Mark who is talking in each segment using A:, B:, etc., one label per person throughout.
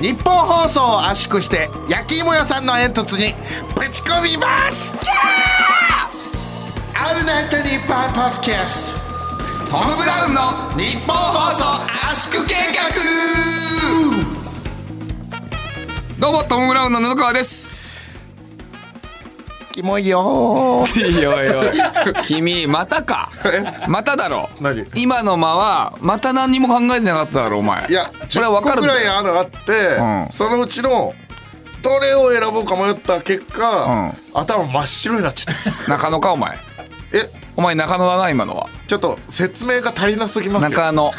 A: 日本放送を圧縮して焼き芋屋さんの煙突にぶち込みますアルナイトニッパンパフキャストトム・ブラウンの日本放送圧縮計画
B: どうもトム・ブラウンの布川です
A: キモいよー
B: いいよいいよ君またかまただろ
A: 何
B: 今の間はまた何も考えてなかっただろお前
A: いや
B: それは
A: 10
B: 分
A: 個
B: かるん
A: ぐら
B: だ
A: い
B: よ
A: あのあって、
B: うん
A: そのうちのどれを選ぼうか迷った結果、
B: うん
A: 頭真っ白になっちゃった
B: 中野かお前
A: え
B: お前中野だな今のは
A: ちょっと説明が足りなすぎますよ
B: 中野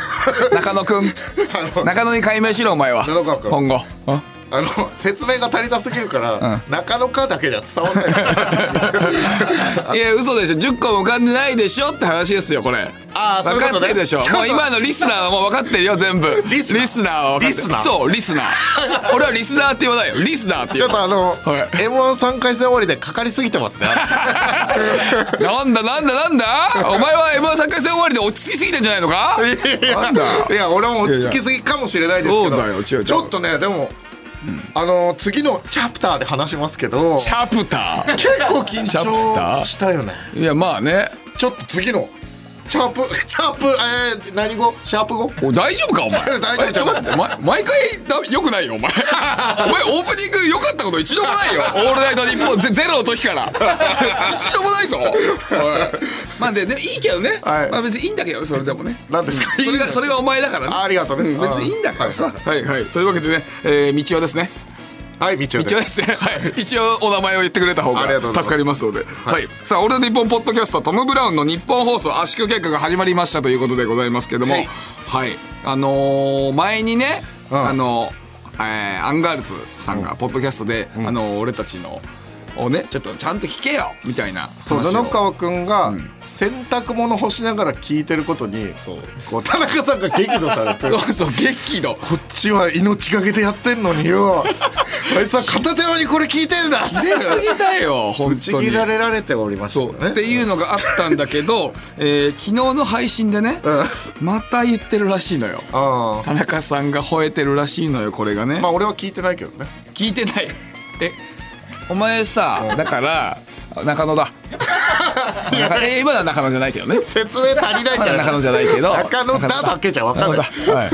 B: 中野くん
A: あの
B: 中野に解明しろお前は
A: 中野君
B: 今後あ
A: あの説明が足りなすぎるから、
B: う
A: 中野かだけじゃ伝わんない
B: いや嘘でしょ10個も浮かんでないでしょって話ですよこれ
A: あーそうい
B: 分
A: うことね
B: かってるでしょ
A: ちょっと
B: もう今のリスナーはもう分かってるよ全部
A: リスナー
B: は分かってる
A: リスナー
B: そうリスナー俺はリスナーって言わないよリスナーって
A: ち
B: 言
A: ょ
B: う
A: っとあの、
B: はい
A: m 1 3回戦終わりでかかりすぎてます ね
B: なんだなんだなんだお前は m 1 3回戦終わりで落ち着きすぎてんじゃないのか
A: いや
B: なんだ
A: いや俺も落ち着きすぎかもしれないですけど
B: いやいやそうだよ違う違う
A: ちょっとねでも、あの次のチャプターで話しますけど
B: チャプター
A: 結構緊
B: チャプター
A: 張したよね
B: いやまあね
A: ちょっと次のチャープ チャープえー、何語シャープ語
B: お大丈夫かお前
A: 大丈夫
B: えちょっと待って、ま、毎回だよくないよお 前お前オープニング良かったこと一度もないよ「オールナイトニッポンゼ」ゼロの時から 一度もないぞおい まあででもいいけどね、
A: はい
B: まあ別にいいんだけどそれでもね
A: 何ですか
B: それがそれがお前だからね
A: あありがとうね
B: うん別にいいんだからさはいはいというわけでね、えー、道はですね
A: はいみちおで
B: 一応ですすね、はい、一応お名前を言ってくれた方
A: あ
B: が
A: りがとうございます
B: 助かりますので、はい、さあ、俺の日本ポッドキャスト、トムブラウンの日本放送圧縮計画が始まりましたということでございますけども。は
A: はいい、
B: あのー前にね、
A: うん
B: あのーえーアンガールズさんがポッドキャストで、あのー俺たちの。をね、ちょっとちゃんと聞けよみたいな話
A: そう
B: を。
A: 布川君が洗濯物干しながら聞いてることにこう田中さんが激怒されて
B: そう
A: こ
B: そう、激怒。
A: っちは命がけでやってんのによ あいつは片手間にこれ聞いてんだ
B: 出すぎだ よ、本
A: 打ち
B: 当に
A: 切。られられておりました
B: そ
A: け
B: う
A: どね
B: っていうのがあったんだけど、えー昨日の配信でね、また言ってるらしいのよ
A: あ
B: 田中さんが吠えてるらしいのよこれがね、
A: あまあ俺は聞いてないけどね
B: 聞いてないえお前さだから中 野だ中えー今のは中野じゃないけどね
A: 説明足りない
B: ま
A: から
B: だ中野じゃないけど
A: 中野だだけじゃ分かんない
B: 中野だは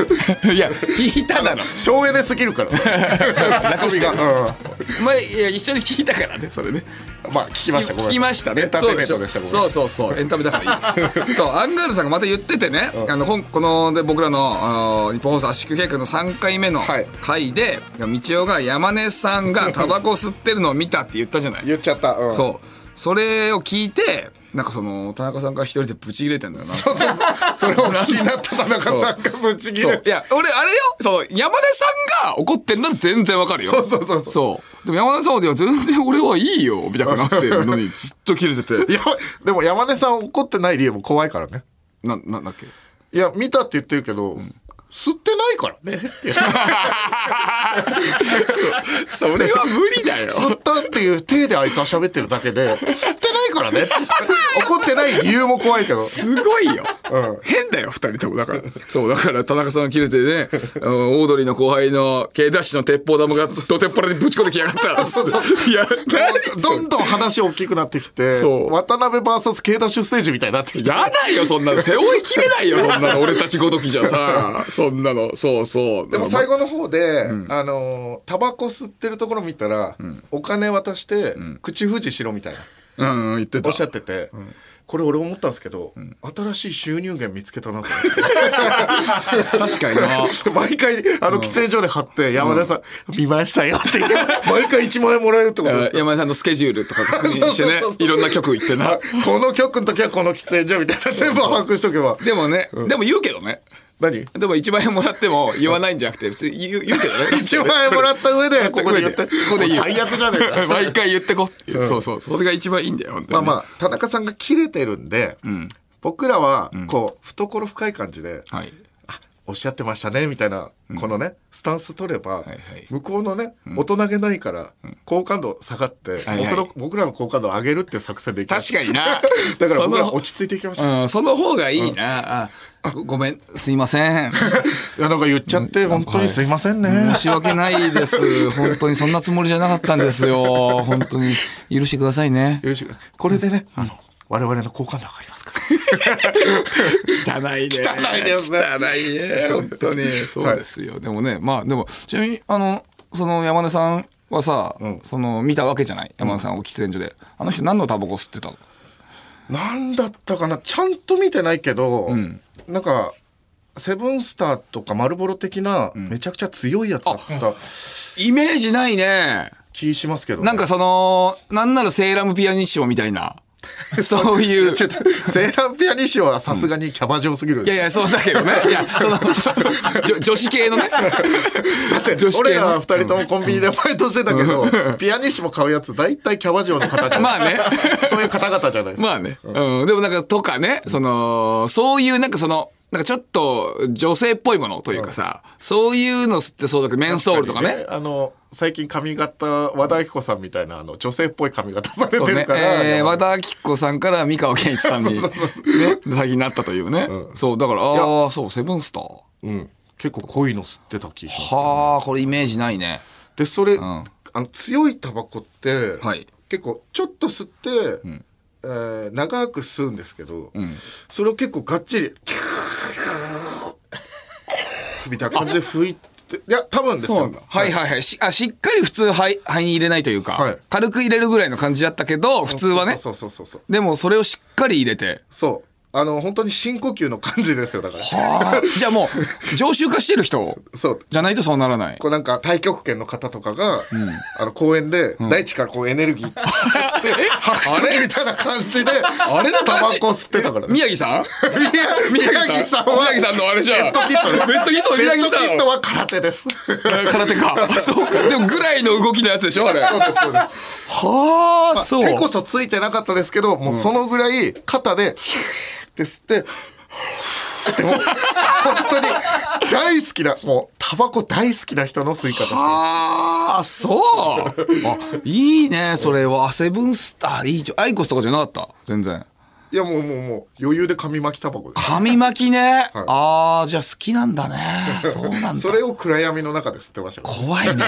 B: い、いや聞いただろ
A: 省エネすぎるから
B: 楽してる
A: が
B: お前いや一緒に聞いたからねそれね
A: うんまあ聞きましたごめん
B: 聞きましたね
A: エンターテインメントでしたごめん
B: そうそうそうエンタメだから いいそうアンガールズさんがまた言っててね、あの本こので僕らのあの日本放送圧縮計画の3回目の
A: はい
B: 回で、道夫が山根さんがタバコ吸ってるのを見たって言ったじ ゃない
A: 言っちゃった、うん、
B: そうそれを聞いてなんかその田中さんが一人でブチ切れてんだよな
A: そうそうそうそれを気になった田中さんがぶち切
B: そ
A: れ
B: ういや俺あれよそう山根さんが怒ってるのは全然わかるよ
A: そうそうそうそう
B: そうでも山根さんは「いや全然俺はいいよ」みたいななってるのにずっと切れてて
A: いやでも山根さん怒ってない理由も怖いからね
B: ななんだっけ
A: いや見たって言ってるけど、吸ってないからね
B: そそれは無理だよ
A: 吸ったっていう体であいつは喋ってるだけで吸ってないからねって言って怒ってない理由も怖いけど
B: すごいよ、
A: うん
B: 変だよ2人ともだからそうだから田中さんが切れてねあのオードリーの後輩の K ダッシュの鉄砲玉がどてっぱらにぶち込んできやがったいや何それ
A: どんどん話大きくなってきて
B: そう
A: 渡辺 VS ケイダッシュステージみたいになってきて
B: やだよそんなの背負いきれないよそんなの俺たちごときじゃさそんなのそうそう
A: でも最
B: 後
A: 後の方で、あのータバコ吸ってるところ見たら、お金渡して、口封じしろみたいな
B: うんうん言って
A: お
B: た
A: っしゃってて、これ俺思ったんですけど、新しい収入源見つけたなと
B: 確かにな
A: 思って毎回あの喫煙所で貼って山田さん、見ましたよって言って毎回1万円もらえるってことです
B: 山根さんのスケジュールとか確認してね
A: そうそうそうそう
B: いろんな局行ってな
A: この局の時はこの喫煙所みたいな全部把握しとけば
B: でもね、でも言うけどね
A: 何
B: でも1万円もらっても言わないんじゃなくて普通に言う言うけどね
A: 1万円もらった上でここで言って
B: ここで言う
A: 最悪じゃねえか
B: 毎回言ってこっていう、そうそうそれが一番いいんだよ本当
A: まあ
B: に
A: まあ田中さんが切れてるんで、僕らはこう懐深い感じで、
B: はい
A: あおっしゃってましたねみたいな、このねスタンス取れば、
B: はい
A: 向こうのね、大人げないから、好感度下がって、
B: はいは
A: 僕
B: い
A: の僕らの好感度を上げるっていう作戦でいきま
B: 確
A: す
B: かに な
A: だから僕
B: そ
A: ら
B: の
A: 落ち着いていきましょう
B: うん、その方がいいな。あごごめん、すいません。
A: いやなんか言っちゃって本当にすいませんね、
B: 申し訳ないです。 本当にそんなつもりじゃなかったんですよ。本当に許してくださいね。
A: よろしくこれでね、あの我々の好感度上がりますから
B: 汚いね。汚
A: いですね
B: 汚いね。本当に。そうですよ。でもね、まあでも、ちなみに、あの、その山根さんはさ、その見たわけじゃない。山根さんを喫煙所で。あの人何のタバコ吸ってたの
A: なんだったかなちゃんと見てないけど、なんかセブンスターとかマルボロ的なめちゃくちゃ強いやつだった
B: イメージないね。
A: 気しますけど、
B: なんかその、なんならセーラムピアニッシモみた いな。そういう。
A: ちょっと セーラーピアニッシュはさすがにキャバ嬢すぎる、
B: いやいや、そうだけどね。いや、その、女女子系のね。だって
A: 俺ら二人ともコンビニでバイトしてたけど、ピアニッシュも買うやつ大体キャバ嬢の方じゃない
B: まあね。
A: そういう方々じゃないですか、
B: まあね。うん。でもなんか、とかね、その、そういう、なんかその、なんかちょっと女性っぽいものというかさ、そういうの吸ってそうだけど、メンソールとかね。
A: あの最近髪型和田アキ子さんみたいなあの女性っぽい髪型され
B: そ
A: て
B: う
A: る
B: ね。
A: から、
B: えー、
A: やばい
B: 和田アキ子さんから三河健一さん に、ね、最近なったというね。そう、だから、ああ、そう、セブンスター。
A: うん、結構濃いの吸ってた気がします
B: はあ、これイメージないね。
A: でそれ、
B: ん
A: あの強いタバコって、
B: はい
A: 結構ちょっと吸って、えー長く吸うんですけど、それを結構がっちりみたいな感じで拭いていや多分ですよ
B: はいはいはい。しあしっかり普通肺肺に入れないというか、
A: はい
B: 軽く入れるぐらいの感じだったけど、普通はね。
A: そうそうそうそうそう
B: でもそれをしっかり入れて。
A: そうあの本当に深呼吸の感じですよだから
B: じゃあもう、常習化してる人
A: そう
B: じゃないとそうならない。
A: こうなんか太極拳の方とかが、あの公園で大地からこうエネルギーっ て 吐く時みたいな感じで
B: あれな
A: タバコ吸ってたからね
B: 宮城さん
A: 宮城さんは
B: 宮城さんのあれじゃ
A: ベ
B: ん
A: ストキット
B: ベストキットの
A: ベ
B: 宮城
A: ス
B: さ
A: ト
B: ん
A: キットは空手です
B: 空 手か。そうか。でもぐらいの動きのやつでしょあれ。
A: そうですそうです
B: はあ、そう。
A: 手こそついてなかったですけどもうそのぐらい肩でって吸ってでも本当に大好きなもうタバコ大好きな人の吸い方してま
B: ああ、そう。あ、いいね、それは。あセブンスター、いいじゃん。アイコスとかじゃなかった。全然。
A: すいやもうもうもう余裕で紙巻きタバコです
B: 紙巻きね。ああ、じゃあ好きな んだね。そうなんだ
A: そ。れを暗闇の中で吸ってましたから
B: 怖いね。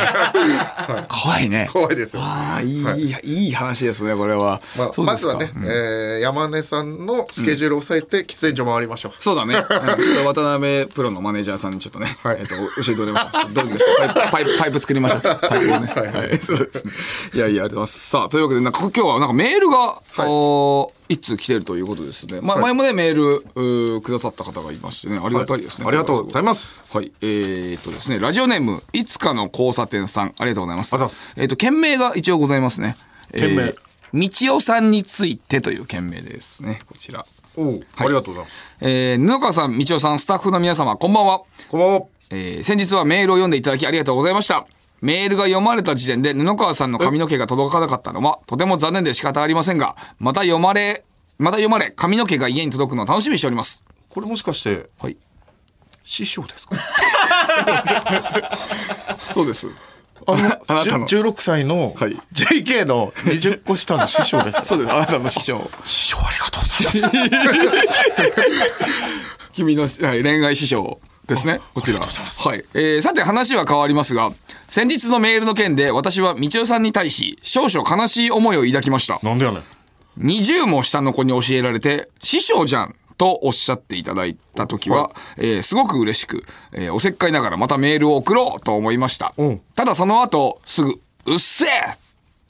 B: 怖いね。
A: 怖いですよ
B: ああ、いい、いい、いい話ですね、これは。
A: まあ、
B: そう
A: ま
B: です
A: ず
B: か
A: はね、えー山根さんのスケジュールを抑えて喫煙所回りましょう、
B: そうだね。うんちょっと渡辺プロのマネージャーさんにちょっとね、
A: はい
B: えっと、教えておりました。ちょっとどうにかしてパイプ、パイプ、パイプ作りましょう。パイプをね。はい、そうですね。いやいや、ありがとうございます。さあ、というわけで、なんか今日はなんかメールが、おい、一通来てるということですね。まあ、前もね、メールうーくださった方がいましてね、ありがたいですね。
A: ありがとうございます
B: はい、えー、っとですね、ラジオネーム、いつかの交差点さん、ありがとうございます。
A: ありがとうござい
B: えーっと、件名が一応ございますね。
A: 件名
B: えーみちおさんについてという件名ですね、こちら。
A: おうありがとうございます
B: えー、布川さん、道夫さん、スタッフの皆様、こんばんは。
A: こんばんは
B: えー先日はメールを読んでいただきありがとうございました。メールが読まれた時点で布川さんの髪の毛が届かなかったのはとても残念で仕方ありませんが、また読まれ、また読まれ、髪の毛が家に届くのを楽しみにしております。
A: これもしかして
B: はい。
A: 師匠ですか
B: そうです。あ あなたの。
A: じゅ16歳の
B: はい
A: JK の20個下の師匠です
B: そうです。あなたの師匠。
A: 師匠ありがとうございます
B: 君の、はい恋愛師匠ですね。こちら。はい。えーさて話は変わりますが、先日のメールの件で私は道夫さんに対し少々悲しい思いを抱きました。
A: なんでやねん
B: 20も下の子に教えられて、師匠じゃんとおっしゃっていただいた時は、えーすごく嬉しく、えーおせっかいながらまたメールを送ろうと思いました。
A: うん
B: ただその後、すぐ、うっせえ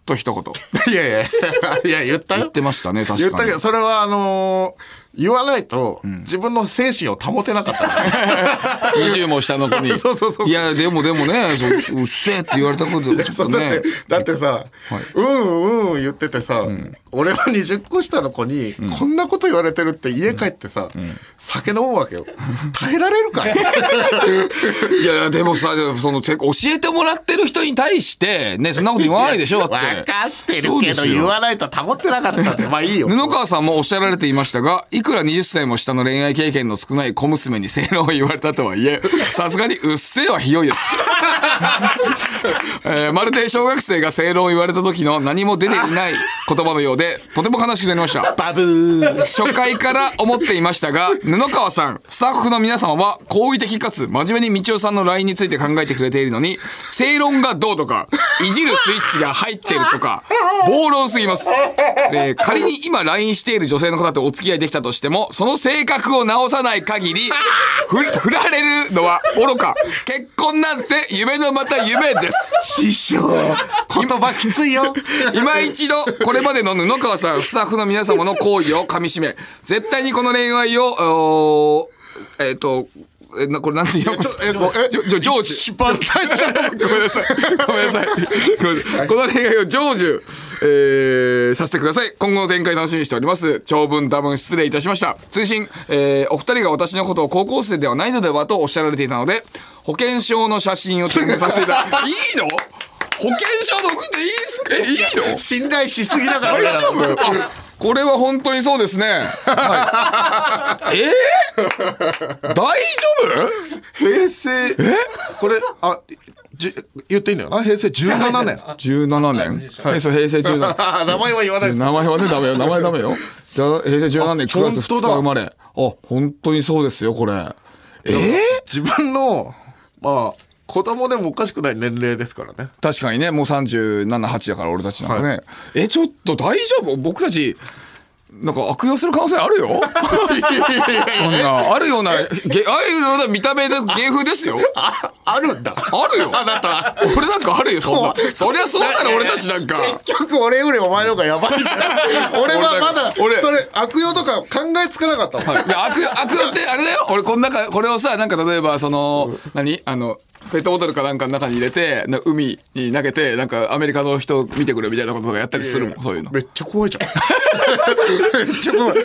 B: と一言
A: いやいやいや言ったよ
B: 言ってましたね、確か
A: 言
B: に。
A: ったけどそれはあのー言わないと自分の精神を保てなかった からね、
B: 20も下の子に。
A: そうそうそう
B: いや、でもでもね、そううっせえって言われたことで、ちょっ
A: そ
B: と
A: うだっ
B: ね
A: て。だってさ、うんうん言っててさ、俺は20個下の子にこんなこと言われてるって家帰ってさ、酒飲むわけよ耐えられる か
B: いやいや、でもさ、でもその、せ教えてもらってる人に対して、ね、そんなこと言わないでしょ、だって。
A: 分かってる
B: そう
A: け
B: で
A: ど
B: すよ
A: 言わないと保ってなかったってまあいいよ
B: 布川さんもおっしゃられていましたがいいくら20歳も下の恋愛経験の少ない小娘に正論を言われたと はいえ、さすがにうっせえはひどいです。 えーまるで小学生が正論を言われた時の何も出ていない言葉のようで、とても悲しくなりました。
A: バブー
B: 初回から思っていましたが、布川さん、スタッフの皆様は好意的かつ真面目に道夫さんの LINE について考えてくれているのに、正論がどうとか、いじるスイッチが入ってるとか、暴論すぎます。えー仮に今 LINE している女性の方とお付き合いできたとしても、その性格を直さない限り、ふ振られるのは愚か、結婚なんて夢のまた夢です。
A: 師匠言葉きついよ
B: 今一度これまでの布川さんスタッフの皆様の行為をかみしめ絶対にこの恋愛をおーえっ、とえなこれなんて言います
A: えごえ
B: じょじょ成
A: 一
B: 就
A: 番大事な
B: ごめんなさいごめんなさいごめんなさいこの恋愛を成就、えーさせてください今後の展開楽しみにしております長文多文失礼いたしました追伸、えーお二人が私のことを高校生ではないのではとおっしゃられていたので保険証の写真を添付させていただいいの保険証の送っていいんすかえいいの
A: 信頼しすぎだから
B: 大丈夫あ これは本当にそうですね。はい、えー、大丈夫
A: 平成えこれあじ言っていいんだよな平成17年
B: ?17 年。平成平成17
A: あー名前は言わない
B: 年。名前はね、ダメよ。名前ダメよ。じゃあ、平成17
A: あ
B: 年9月2
A: 本当
B: 日
A: だ
B: 生まれ。あ、本当にそうですよ、これ。えー、
A: 自分のまあ子供でもおかしくない年齢ですからね
B: 確かにね、もう37、8だから俺たちなんかね。え、ちょっと大丈夫僕たち、なんか悪用する可能性ある よそんな、あるような、げああいうような見た目で芸風ですよ。
A: ああるんだ
B: あるよ。あなた。俺なんかあるよ、そんな。そりゃそうだろ、俺たちなんか。
A: 結局俺よりお前の方がやばい んだよ俺はまだ
B: 俺
A: それ悪用とか考えつかなかったもん、
B: いや悪、悪用ってあれだよ。俺、この中、これをさ、なんか例えば、その、何あの、ペットボトルかなんかの中に入れて、な海に投げて、なんかアメリカの人見てくれみたいなこととかやったりするもん、そういうの。
A: めっちゃ怖いじゃんめっちゃ怖い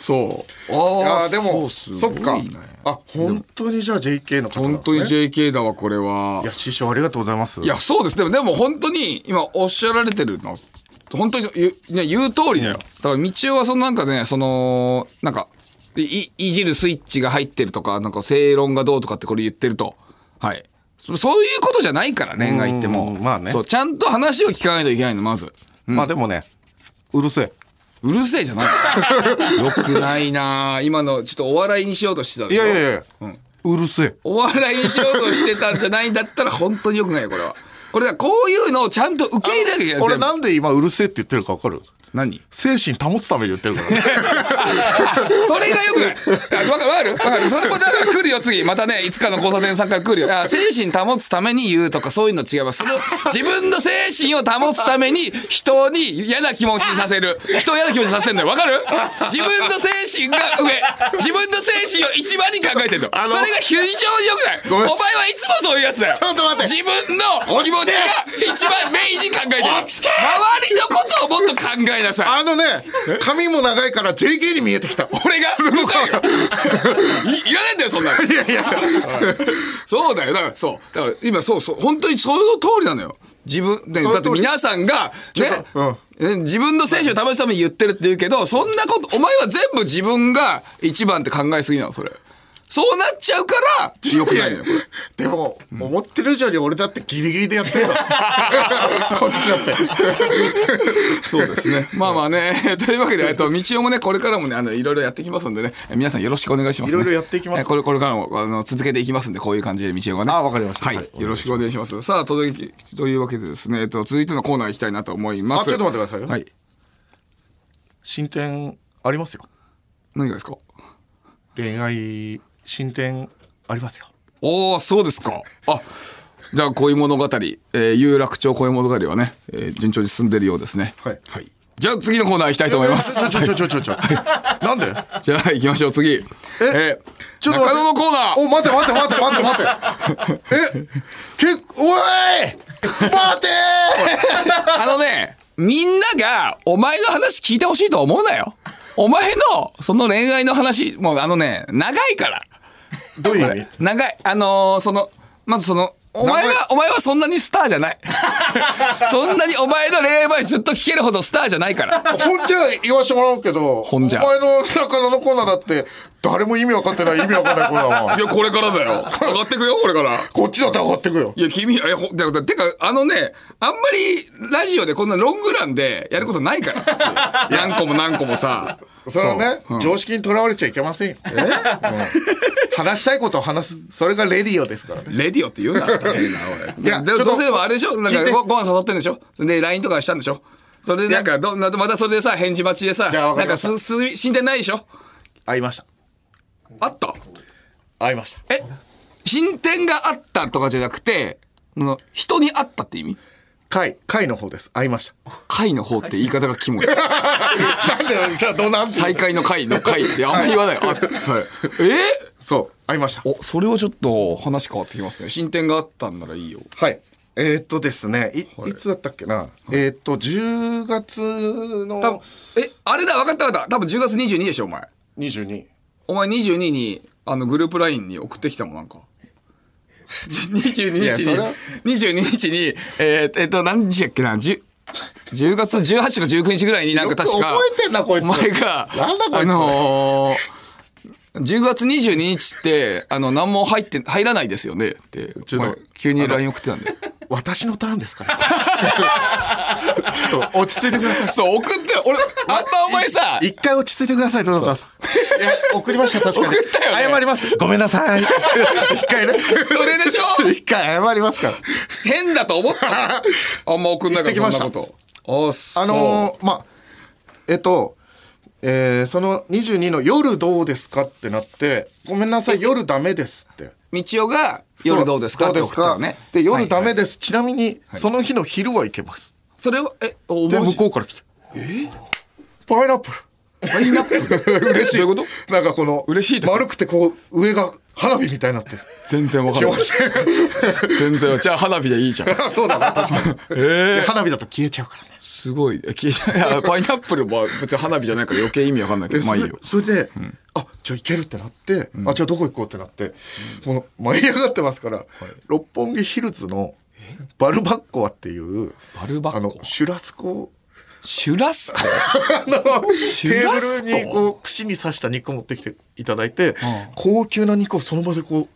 B: そう。
A: あ
B: あ
A: あでもそ,、っかあ本当にじゃあ JK の方なん
B: 本
A: です
B: 当
A: ね。
B: に JK だわ、これはい
A: や師匠ありがとうございます
B: いや、そうです。でも、でも本当に、今おっしゃられてるの、本当に言う,、ね、言う通りだよ。だから、道夫は、そのなんかね、その、なんか、い、いじるスイッチが入ってるとか、なんか正論がどうとかってこれ言ってると。はい。そそういうことじゃないから、恋愛っても
A: う
B: う。
A: ーんまあね
B: そう、ちゃんと話を聞かないといけないの、まず。
A: まあでもねうるせえ
B: うるせえじゃ ない。よくないなあ今の、ちょっとお笑いにしようとしてたで
A: い
B: しょ
A: やいやいや、うるせえ
B: お笑いにしようとしてたんじゃないんだったら、本当によくないよ、これは。これだ、こういうのをちゃんと受け入れなきゃいけない。
A: 俺
B: 全部
A: なんで今うるせえって言ってるか分かる
B: 何
A: 精神保つために言ってるから、ね、
B: それがよくない。あわかるわかるわかる。それもだから来るよ、次。またね、いつかの交差点さんから来るよ。あ精神保つために言うとか、そういうの違いま す。その、自分の精神を保つために、人に嫌な気持ちにさせる。人を嫌な気持ちにさせてんだよ。わかる自分の精神が上。自分の精神を一番に考えてんの。
A: あの
B: それが非常に良くない。お
A: ごめん
B: 前はいつもそういうやつだよ。
A: ちょっと待って
B: 自分の気持ちが一番メインに考えてる。周りのことをもっと考えなさい。
A: あのね髪も長いから JK に見えてきた
B: 俺がうる さいよいいらねえんだよそんなの
A: いやいや
B: そうだよだからそうだから今そうそう本当にその通りなのよ自分で
A: その
B: だっ
A: 通
B: て
A: り
B: 皆さんがね
A: ちょっと
B: ね自分の選手を試すために言ってるって言うけどそんなことお前は全部自分が一番って考えすぎなのそれそうなっちゃうから良くないのよこれ
A: でも、思ってる以上に俺だってギリギリでやってるのこっちだって
B: そうですね まあまあねというわけでえっと道夫もねこれからもねあのいろいろやっていきますんでねえ皆さんよろしくお願いします、ね、
A: いろいろやっていきます
B: えこれこれからもあの続けていきますんでこういう感じで道夫がね
A: あわかりました
B: はい、
A: はい
B: よろしくお願いしますさあ届きというわけでですねえっと続いてのコーナー行きたいなと思いま
A: あ
B: す
A: ちょっと待ってくださいよ
B: はい
A: 進展ありますよ
B: 何がですか
A: 恋愛進展あります よ
B: おおそうですかあじゃあ恋物語、えー有楽町恋物語はね、えー順調に進んでるようですね
A: はい
B: はい、じゃあ次のコーナー行きたいと思います
A: ちょちょちょちょちょちょなんで
B: じゃあ行きましょう次えー
A: ちょっと待って
B: 中野のコーナー
A: お待て待て待て待て待てえけおい待て
B: あのね、みんながお前の話聞いてほしいと思うなよ。お前のその恋愛の話、もうあのね、長いから。
A: どういう意味
B: 長い。あのーその、まずその、お前は、お前はそんなにスターじゃ ない。そんなにお前の恋愛話ずっと聞けるほどスターじゃないから。
A: ほんじゃ言わしてもらうけど、
B: ほんじゃ
A: お前の魚のコーナーだって、誰も意味わかってない、意味わかんないコーナーは。
B: いや、これからだよ。上がってくよ、これから。
A: こっちだって上がってくよ。
B: いや、君、え、ほ、だからてか、あのね、あんまりラジオでこんなロングランでやることないから、 普通。何個も何個もさ。
A: それはね、常識にとらわれちゃいけませんよ。うん話したいことを話す。それがレディオですからね。
B: レディオって言うな、そういうの
A: いや
B: 俺。で
A: ちょっと
B: どうせでもあれでしょなん
A: 聞い
B: か
A: て
B: ごご飯誘ってんでしょそれで LINE とかしたんでしょそれでなんかど、なまたそれでさ、返事待ちでさ、
A: じゃあ
B: な
A: わ
B: ん
A: かり
B: か
A: ました
B: す、す、死んでないでしょ
A: 会いました。
B: あった
A: 会いました。
B: え進展があったとかじゃなくて、その人に会ったって意味
A: 会、会の方です。会いました。
B: 会の方って言い方が キモい。
A: なんで、じゃあどうなんて
B: 再会の会の会ってあんまり言わない。あはい、え
A: そう、会いました。
B: おそれはちょっと話変わってきますね進展があったんならいいよ
A: はい。えー、っとですね、い、いつだったっけな、えー、っと、10月
B: 多分
A: の
B: えあれだ分かった分かった多分10月22でしょお前
A: 22。
B: お前22にあのグループ LINE に送ってきたもんなんか22
A: いや
B: 日
A: そ
B: に
A: れは
B: 22日にえーえっと何日やっけな 10, 10月18か19日ぐらいになんか確か
A: よく覚えてんなこいつ
B: お前が
A: なんだこいつ
B: あのー10月22日って、あの、何も入って、入らないですよねって、ちょっと急に LINE 送ってたんで。
A: 私のターンですから。 ちょっと落ち着いてください。
B: そう、送って、俺、あんまお前さ、
A: 一回落ち着いてください、野中さん。いや、送りました、確かに。
B: 送ったよね
A: 謝ります。ごめんなさい。 一回 ね。
B: それでしょ
A: 一回謝りますから。
B: 変だと 思ったのあんま送んないか
A: 言って
B: らそん
A: きまし
B: な
A: た
B: ことあそう
A: あのーまあ、えっと、えーその22の夜どうですかってなって、ごめんなさい、夜ダメですって。
B: みちおが「夜どうですか?」って
A: どう
B: 送
A: です
B: った
A: か
B: のね
A: で、夜ダメ
B: で
A: です。ちなみに、その日の昼は行けます。
B: それをえお
A: で、向
B: 面白
A: こ
B: いう
A: から来て。パイナップ
B: パイナップ
A: ル。
B: ル
A: 嬉しい。
B: どういうこと
A: なんかこの、
B: 嬉しいと
A: 丸くてこう、上が花火みたいになって る。
B: 全然わかん
A: 気
B: な
A: 持
B: い
A: ちいい。
B: 全然じゃあ花火でいい じゃん
A: そうだな、確か に。で花火だと消えちゃうからね。
B: すごいえ消えちゃういやパイナップルは別に花火じゃないから余計意味わかんないけ
A: で
B: どまあいいよ
A: それそれで、あじゃあ行けるってなって、あじゃあどこ行こうってなって、もう舞い上がってますから、六本木ヒルズのバルバッコアっていう
B: バルバッコア
A: あのシュラスコ
B: シュラスコ
A: テー
B: ラスコ
A: ブルにこう串に刺した肉を持ってきていただいて、高級な肉をその場でこ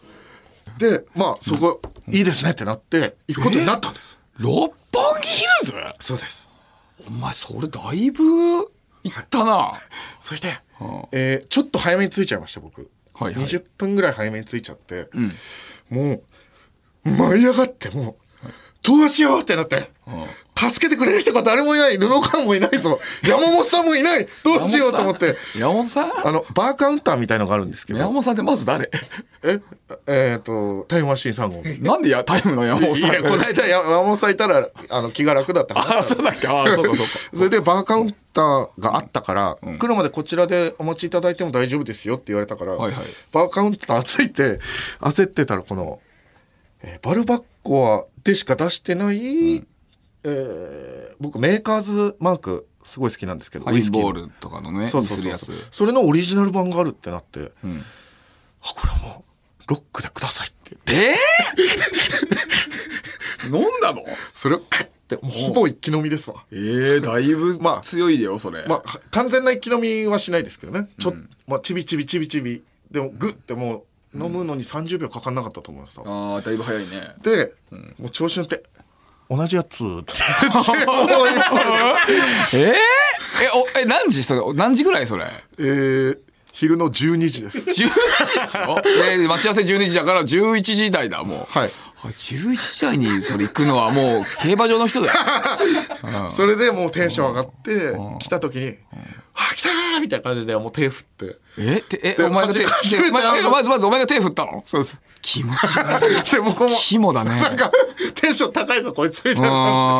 A: うでまあそこ、いいですねってなって行くことになったんです、
B: 六本木ヒルズ
A: そうです
B: お前それだいぶいったな
A: それで、えーちょっと早めに着いちゃいました僕、
B: はいはい
A: 20分ぐらい早めに着いちゃって、もう舞い上がってもうどうしようってなって、助けてくれる人が誰もいない布川もいないぞ山本さんもいないどうしようと思って
B: 山本さん山本さん
A: あのバーカウンターみたいのがあるんですけ
B: 山
A: ど
B: 本さんってまず誰
A: ええー、とタイムマシーン3号の。
B: なんでやタイムの山本
A: い
B: さん
A: やこの間や山本さんいたらあの気が楽だったから
B: あそうだっけあそうかそうか
A: それでバーカウンターがあったから、来るまでこちらでお待ちいただいても大丈夫ですよって言われたから、
B: はいはい
A: バーカウンターついて焦ってたらこの、えーバルバッコはでしか出してない、えー僕メーカーズマークすごい好きなんですけど、
B: ハイ
A: キー
B: ボ
A: の
B: ールとかのね、
A: そう
B: に
A: そう
B: す
A: そ
B: る
A: う
B: やつ
A: そう。それのオリジナル版があるってなって、あこれはもうロックでくださいって
B: えー、 飲んだの
A: それをカッてもうほぼ一気飲みですわ。
B: えー、だいぶ
A: まあ
B: 強いよ、それ。
A: まあ、は完全な一気飲みはしないですけどね。ちょ、まあ、ちびちびちびちび。でも、ぐってもう、飲むのに30秒かかんなかったと思います。
B: あー、だいぶ早いね。
A: で、もう調子乗って、同じやつ って言ってもう一本
B: えー、え、お、え、何時それ何時ぐらいそれ
A: えー昼の12時です。
B: ?12 時でし ょえー待ち合わせ12時だから11時台だ、もう。
A: はい。
B: あ11時台にそれ行くのはもう競馬場の 人だよ。
A: それでもうテンション上がって、来た時に、あ、来たーみたいな感じで、もう手振 って。
B: えてえ、
A: で
B: お前が手、
A: 初め
B: 手
A: て
B: ま
A: 会うの
B: まずまずお前が手振ったの
A: そうです。
B: 気持ち悪い。
A: で、 僕も、
B: 肝だね。
A: なんか、テンション高いぞ、こいつ、みたいな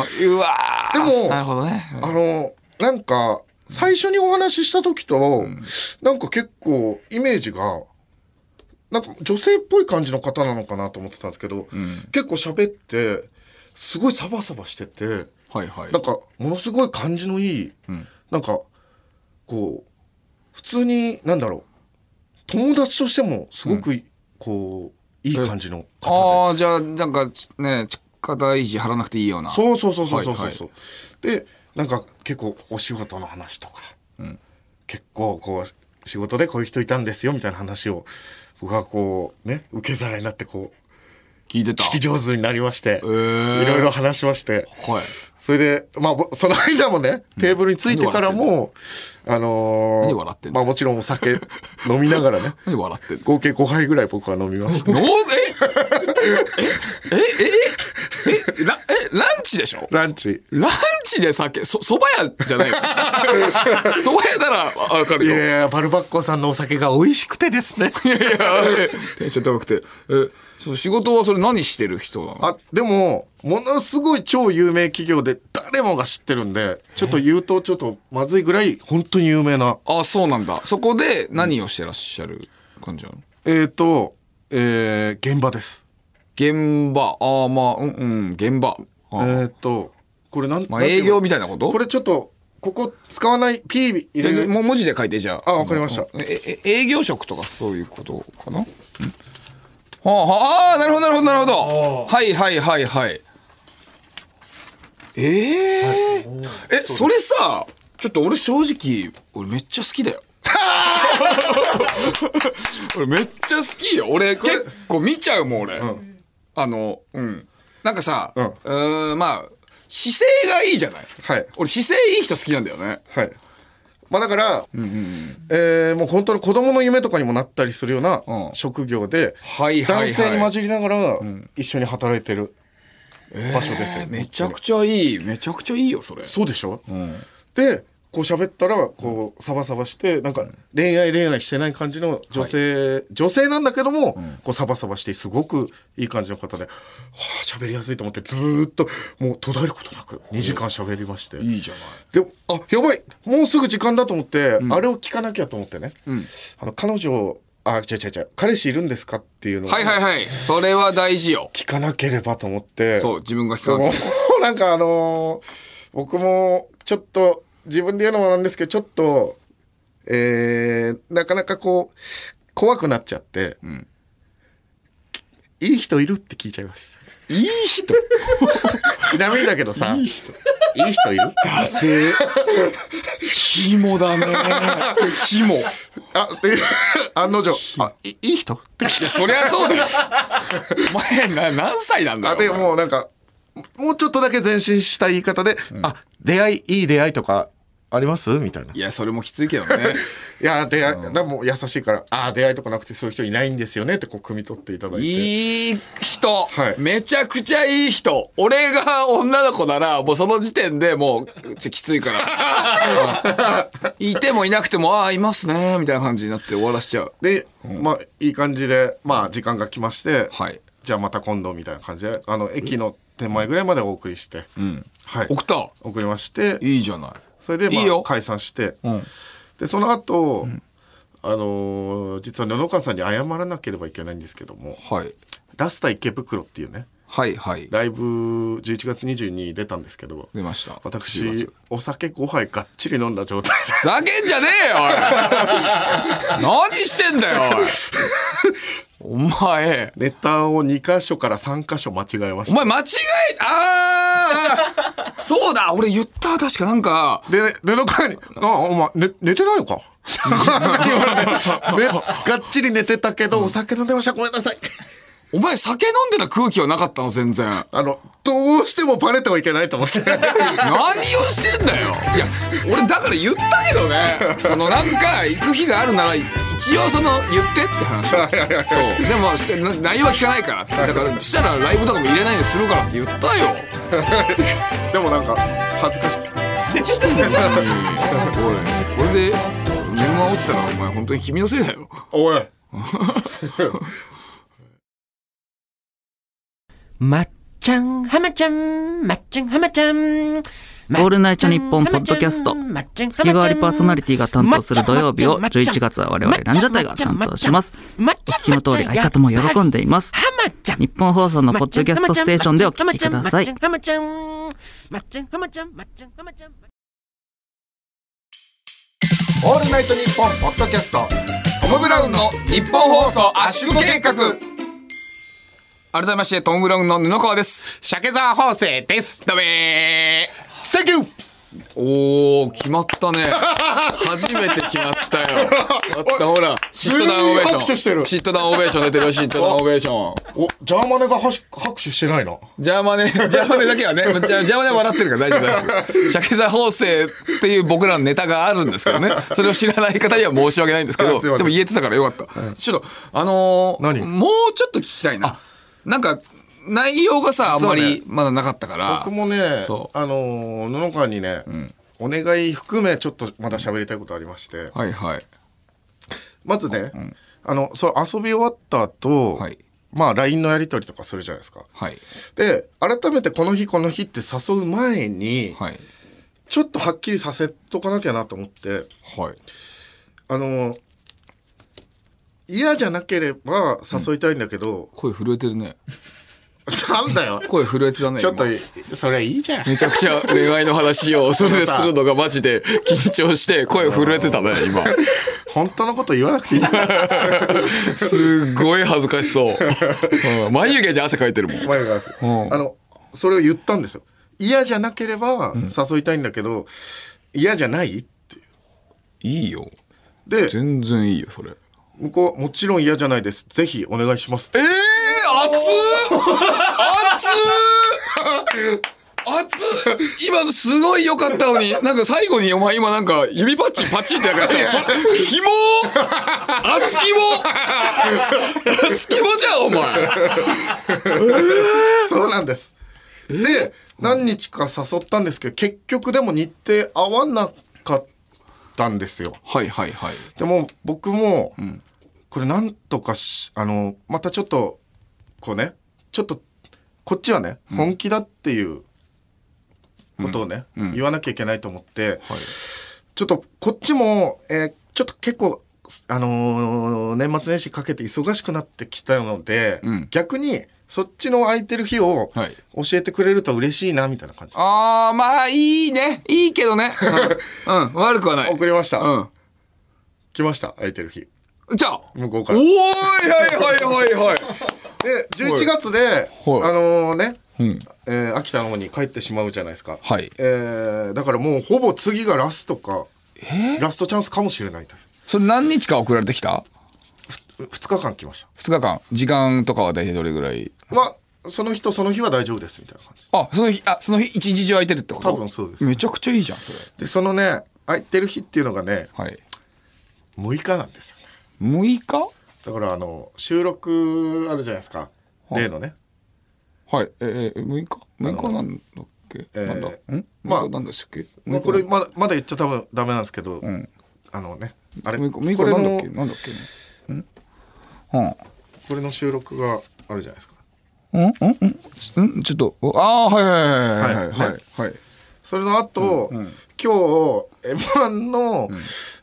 A: 感じで
B: あーうわー
A: でも
B: なるほどね。
A: あの、なんか、最初にお話しした時と、なんか結構イメージが、なんか女性っぽい感じの方なのかなと思ってたんですけど、結構喋って、すごいサバサバしてて、
B: はいはい
A: なん。かものすごい感じのいい、なんか、こう、普通に、なんだろう、友達としてもすごくい、こう、
C: いい感じの方
B: ああ、じゃあ、なんか、ね、力維持張らなくていいような。
C: で。そうそうそうそうそうそう。
B: はいはい
C: で、なんか結構お仕事の話とか、結構こう、仕事でこういう人いたんですよみたいな話を、僕はこう、ね、受け皿になってこう、
B: 聞いてた。
C: 聞き上手になりまして、い
B: ー
C: ろいろ話しまして、
B: はい。
C: それで、まあ、ぼその間もね、テーブルについてからも、あのー
B: 何笑ってんの
C: まあもちろんお酒 飲みながらね、
B: 何笑ってんの
C: 合計5杯ぐらい僕は飲みました。
B: のえ えええええラえランチでしょ
C: ランチ。
B: ランチで酒そ蕎麦屋じゃない よ蕎麦屋ならわかる
C: い
B: よ
C: やいや、バルバッコさんのお酒が美味しくてですね。
B: いやいやえテンション高くてえそう仕事はそれ何してる人なの
C: あ、でも、ものすごい超有名企業で誰もが知ってるんで、ちょっと言うとちょっとまずいぐらい本当に有名な。
B: あそうなんだそこで何をしてらっしゃる感じなの
C: えっ、と、えー、現場です。
B: 現場ああまあうんうん現場あー
C: えっ、と、これなん、
B: ま
C: な
B: あ
C: んてい
B: 営
C: うの
B: 業みたいなこと
C: これちょっと、ここ使わない、P 入れ
B: で
C: る。
B: もう文字で書いてじゃあ
C: あわかりました
B: うんええ営業職とかそういうことかな、うんはあはああーなるほどなるほどなるほどはいはいはいはいえーえそれさちょっと俺正直俺めっちゃ好きだ よ俺めっちゃ好きよ俺結構見ちゃうもん俺、あのうんなんかさ、う
C: うん
B: ーんまあ姿勢がいいじゃない
C: はい。
B: 俺姿勢いい人好きなんだよね
C: はい。まあだから、えーもう本当に子供の夢とかにもなったりするような
B: うん
C: 職業で、
B: はいはいはい
C: 男性に混じりながら一緒に働いてる場所ですよ、
B: めちゃくちゃいいめちゃくちゃいいよそれ
C: そうでしょ、でこう喋ったらこうサバサバしてなんか恋愛恋愛してない感じの女性、女性なんだけども、こうサバサバしてすごくいい感じの方で、はあ、喋りやすいと思ってずーっともう途絶えることなく2時間喋りまして
B: いいじゃない
C: でもあやばいもうすぐ時間だと思って、あれを聞かなきゃと思ってね、あの彼女あ違う違う違う彼氏いるんですかって いうのを
B: はいはいはいそれは大事よ
C: 聞かなければと思って
B: そう自分が聞
C: で
B: かな
C: も
B: くて
C: なんかあのー僕もちょっと自分で言うのもなんですけどちょっとえーなかなかこう怖くなっちゃって、いい人いるって聞いちゃいまし
B: いい人
C: たちなみにだけどさいい人いい人いる
B: ダセ紐だね紐い
C: あで案の定あいいい人って聞い
B: やそりゃそうだよお前な何歳なんだ
C: あ
B: よ
C: で
B: お前
C: もうなんかもうちょっとだけ前進した言い方で、あ出会いいい出会いとかありますみたいない
B: やそれもきついけどね
C: いや出会い、でも優しいから「ああ出会いとかなくてそういう人いないんですよね」ってこう汲み取っていただいて
B: いい人、
C: はい
B: めちゃくちゃいい人俺が女の子ならもうその時点でもうちょきついから うんいてもいなくてもああいますねみたいな感じになって終わらしちゃう
C: で、まあいい感じでまあ時間が来まして、
B: はい
C: じゃあまた今度みたいな感じであの駅の手前ぐらいまでお送りして、はい、
B: 送った
C: 送りまして
B: いいじゃない
C: それで、まあ
B: いいよ
C: 解散して、
B: ん
C: でその後、あのー実は布川さんに謝らなければいけないんですけども
B: はい
C: ラスタ池袋っていうね
B: はいはい
C: ライブ11月22に出たんですけど
B: 出ました10
C: 私
B: 月
C: お酒5杯がっちり飲んだ状態で
B: ふざけんじゃねえよおい何してんだよおいお前
C: ネタを2箇所から3箇所間違えま
B: お
C: した
B: 前間違えああそうだ俺言った確かなんか
C: で布川に「あお前寝寝てないのか? 」言われて、ね、がっちり寝てたけどお酒飲んでましたごめんなさい
B: お前酒飲んでた空気はなかったの全然
C: あのどうしてもバレてはいけないと思って
B: 何をしてんだよいや俺だから言ったけどねそのなんか行く日があるなら一応その言ってって話そうでもしてな内容は聞かないからだからしたらライブとかも入れないで済むからって言ったよ
C: でもなんか恥ずかしく
B: してんのにおいこれで電話落ちたらお前本当に君のせいだよ
C: おい
D: まっちゃん、はまちゃん、まっちゃん、はまちゃん。オ
E: オ
D: ー
E: ールナイトニッポンポッドキャスト
D: 月
E: 月替わりパーソナリティが担当する土曜日を11月は我々ランジャタイが担当します。お
D: まっちゃん
E: 聞きの通り相方も喜んでいます。
D: はまちゃん。
E: 日本放送のポッドキャストステーションでお聞きください。
D: はまちゃん、はまちゃん、はまちゃん、まっちゃん、はまちゃん。
C: 「オールナイトニッポン」ポッドキャスト
B: トム・ブラウンの日本放送圧縮計画改めまして、トム・ブラウンの布川です。
F: 鮭沢法政です。
B: ダメー
A: Thank you!
B: おー、決まったね。初めて決まったよ。あった、ほら、シットダウンオベーション。
A: 拍手してる
B: シットダウンオベーション出てるよ、シットダウンオベーション。
A: お、ジャーマネがはし拍手してないな。
B: ジャーマネ、 ジャーマネだけはね、ジャジャーマネは笑ってるから大丈夫、大丈 夫。鮭座法制っていう僕らのネタがあるんですけどね、それを知らない方には申し訳ないんですけど、
A: あすいません
B: でも言えてたからよかった。ちょっと、あのー
A: 何
B: もうちょっと聞きたいな。なんか、内容がさ、あんまりまだなかったから。
A: 僕もね、
B: そ
A: あのー、布川にね、お願い含めちょっとまだ喋りたいことありまして、
B: はいはい。
A: まずね、あの、そう遊び終わった後、
B: はい
A: まあ LINE のやり取りとかするじゃないですか。
B: はい。
A: で、改めてこの日この日って誘う前に、
B: はい。
A: ちょっとはっきりさせとかなきゃなと思って、
B: はい。
A: あのー、嫌じゃなければ誘いたいんだけど、
B: 声震えてるね。
A: なんだよ。
B: 声震えてたね。
A: ちょっと
B: 今、
A: それいいじゃん。
B: めちゃくちゃ恋愛の話をそれでするのがマジで緊張して声震えてたね、今。
A: 本当のこと言わなくて いいんだよ。
B: すっごい恥ずかしそう。うん眉毛に汗かいてるもん。
A: 前川さんあの、それを言ったんですよ。嫌じゃなければ誘いたいんだけど、嫌じゃないって。
B: いいよ。
A: で、
B: 全然いいよ、それ。
A: 向こうはもちろん嫌じゃないです。ぜひお願いしますって
B: え。えー、熱っ熱っ熱っ今すごい良かったのに、なんか最後にお前今なんか指パッチンパッチンってやったから、それ、肝熱肝熱肝じゃん、お前。
A: そうなんです。で、何日か誘ったんですけど、結局でも日程合わなかったんですよ。
B: はいはいはい。
A: でも僕も、これなんとかし、あの、またちょっと、こうね、ちょっと、こっちはね、本気だっていうことをね、言わなきゃいけないと思って、ちょっとこっちも、えーちょっと結構、あのー年末年始かけて忙しくなってきたので、
B: ん
A: 逆に、そっちの空いてる日を
B: はい
A: 教えてくれると嬉しいな、みたいな感じ。
B: あー、まあいいね。いいけどね。うん、うん悪くはない。
A: 送りました。
B: うん。
A: 来ました、空いてる日。
B: じゃあ。
A: 向こうか
B: お
A: ら
B: ー。いはいはいはいはい。
A: で11月で、
B: はい
A: あのね、
B: ん
A: えー秋田の方に帰ってしまうじゃないですか、
B: はい
A: えーだからもうほぼ次がラストか、ラストチャンスかもしれないと
B: それ何日間送られてきた
A: 2日間来まし
B: ?2 日間。時間とかは大体どれぐらい
A: たまあその人その日は大丈夫ですみたいな感じ
B: あ、その日、あ、その日一日中空いてるってこと
A: 多分そうです
B: めちゃくちゃいいじゃん、それ。
A: でそのね空いてる日っていうのがね
B: はい。
A: 6日なんですよね
B: 6日
A: だからあの収録あるじゃないですか例のね
B: はい。え、え、6日 ?6 日なんだっけ、
A: ー
B: なんだん
A: まあ
B: ?6 日なんでしたっけ、
A: まあこれまだまだ言っちゃ多分ダメなんですけど、
B: ん
A: あのねあれ
B: 6
A: こ
B: 日、6
A: れ
B: 日なんだっけ
A: の
B: なんだっけんうん。
A: これの収録があるじゃないですか
B: うんうんうんんちょっと、ああ、はいはいはいはいはい。
A: は
B: はいい。はい
A: それの後、今日 M1 の、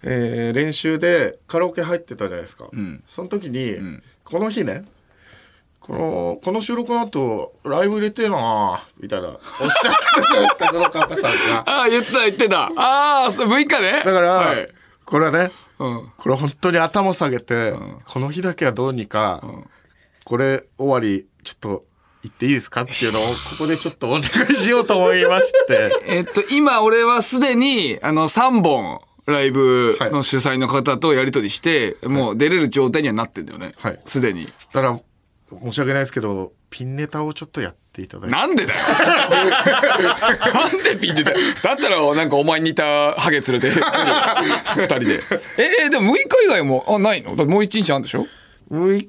A: えー練習でカラオケ入ってたじゃないですか、その時に、この日ねこのこの収録の後ライブ入れてえなーみたいなおっしゃってたじゃないですかその方さんが
B: ああ、言ってた言ってた。ああ、そう6日ね。
A: だから、
B: はい。
A: これはね
B: うん。
A: これ本当に頭下げて、この日だけはどうにか、これ終わりちょっと言っていいですかっていうのをここでちょっとお願いしようと思いまして
B: えっと、今俺はすでに、あの、3本、ライブの主催の方とやりとりして、もう出れる状態にはなってんだよね
A: はい。
B: すでに。
A: だから申し訳ないですけどピンネタをちょっとやっていただいて
B: なんでだよ なんでピンでだよだったら、なんかお前に似たハゲ連れて、 二人で。え、え、でも6日以外も、あ、ないのだってもう1日あるんでしょ
A: 6